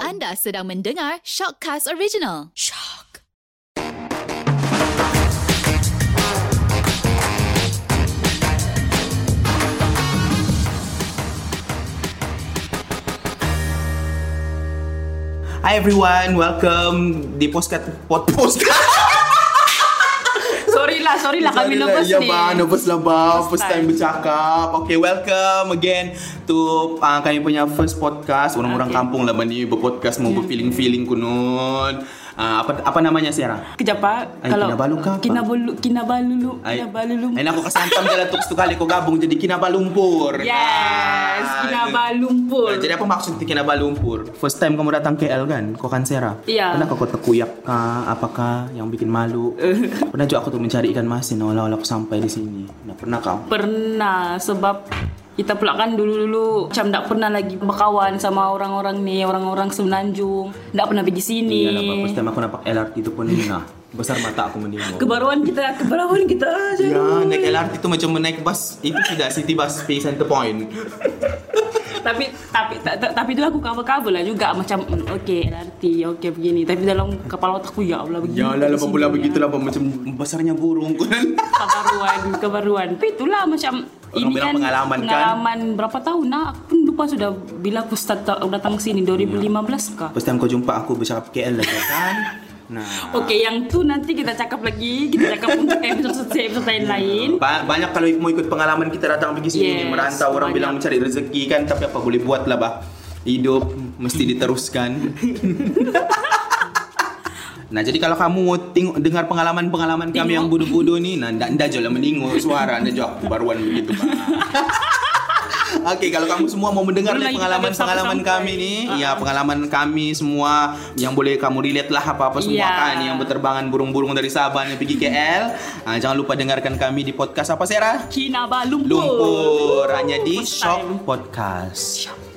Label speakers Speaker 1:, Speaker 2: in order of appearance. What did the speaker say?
Speaker 1: Anda sedang mendengar Shockcast Original. Shock.
Speaker 2: Hi everyone, welcome di postcard pod postcard.
Speaker 3: Sorry lah, sorry lah kami
Speaker 2: Sorry
Speaker 3: nervous
Speaker 2: ya,
Speaker 3: ni.
Speaker 2: bang, nervous lah bang. First,
Speaker 3: First
Speaker 2: time.
Speaker 3: time.
Speaker 2: bercakap. Okay, welcome again to uh, kami punya first podcast. Orang-orang
Speaker 3: Okay.
Speaker 2: kampung lah ni berpodcast mau berfeeling-feeling kunun. Uh, apa apa namanya Sarah?
Speaker 3: Kejap ah.
Speaker 2: Ay, Kinabalu ke apa?
Speaker 3: Kinabalu, Kinabalulu,
Speaker 2: Ay,
Speaker 3: Kinabalulu.
Speaker 2: Ay, aku kesantam dalam tu satu kali kau gabung jadi kinabalumpur.
Speaker 3: Yes,
Speaker 2: Ah,
Speaker 3: Kinabalumpur.
Speaker 2: Ah, Jadi apa maksud di Kinabalumpur? First time kamu datang KL kan? Kau kan Sarah?
Speaker 3: Iya.
Speaker 2: Pernah kau terkuyak kah? Apakah yang bikin malu? pernah juga aku tuh mencari ikan masin awal-awal aku sampai di sini. Nah, pernah kau?
Speaker 3: Pernah sebab kita pula kan dulu-dulu macam tak pernah lagi berkawan sama orang-orang ni, orang-orang semenanjung. Tak pernah pergi sini.
Speaker 2: Iyalah bang, first time aku nampak LRT itu pun nah, besar mata aku menengok.
Speaker 3: Kebaruan kita, kebaruan kita aja.
Speaker 2: Ya, naik LRT itu macam naik bus. Itu tidak city bus, pay center point.
Speaker 3: tapi tapi ta- ta- tapi dulu aku cover-cover lah juga macam mm, okey LRT, okey begini. Tapi dalam kepala otakku ya Allah begini.
Speaker 2: Ya lah,
Speaker 3: ke
Speaker 2: lah
Speaker 3: sini,
Speaker 2: pula
Speaker 3: ya.
Speaker 2: begitu lah bang. macam besarnya burung kan.
Speaker 3: kebaruan kebaruan tapi itulah macam
Speaker 2: Orang
Speaker 3: ini
Speaker 2: bilang
Speaker 3: kan
Speaker 2: pengalaman, kan?
Speaker 3: pengalaman berapa tahun nah aku pun lupa sudah bila aku start ta- datang sini 2015 kah
Speaker 2: First time kau jumpa aku bercakap KL lah kan. Nah.
Speaker 3: Okey, yang tu nanti kita cakap lagi. Kita cakap untuk episode episode lain-lain.
Speaker 2: Ba- banyak kalau mau ikut pengalaman kita datang pergi sini
Speaker 3: Yes,
Speaker 2: ni, merantau orang
Speaker 3: banyak.
Speaker 2: bilang mencari rezeki kan tapi apa boleh buat lah bah hidup mesti diteruskan Nah jadi kalau kamu mau tengok dengar pengalaman-pengalaman kami
Speaker 3: Tengok.
Speaker 2: yang bodoh-bodoh ni nah ndak ndak jual meninggu suara ndak jual aku baruan begitu bah. Oke, kalau kamu semua mau mendengar nih
Speaker 3: Belum lagi
Speaker 2: pengalaman-pengalaman
Speaker 3: kita
Speaker 2: kami
Speaker 3: sampai.
Speaker 2: nih,
Speaker 3: Ah,
Speaker 2: ya
Speaker 3: ah.
Speaker 2: pengalaman kami semua yang boleh kamu relate lah apa-apa semua
Speaker 3: Iya.
Speaker 2: kan yang berterbangan burung-burung dari Sabah yang pergi KL. Ah, jangan lupa dengarkan kami di podcast apa Sarah?
Speaker 3: Kinabalumpur.
Speaker 2: Lumpur hanya di
Speaker 3: First
Speaker 2: Shock
Speaker 3: time.
Speaker 2: Podcast.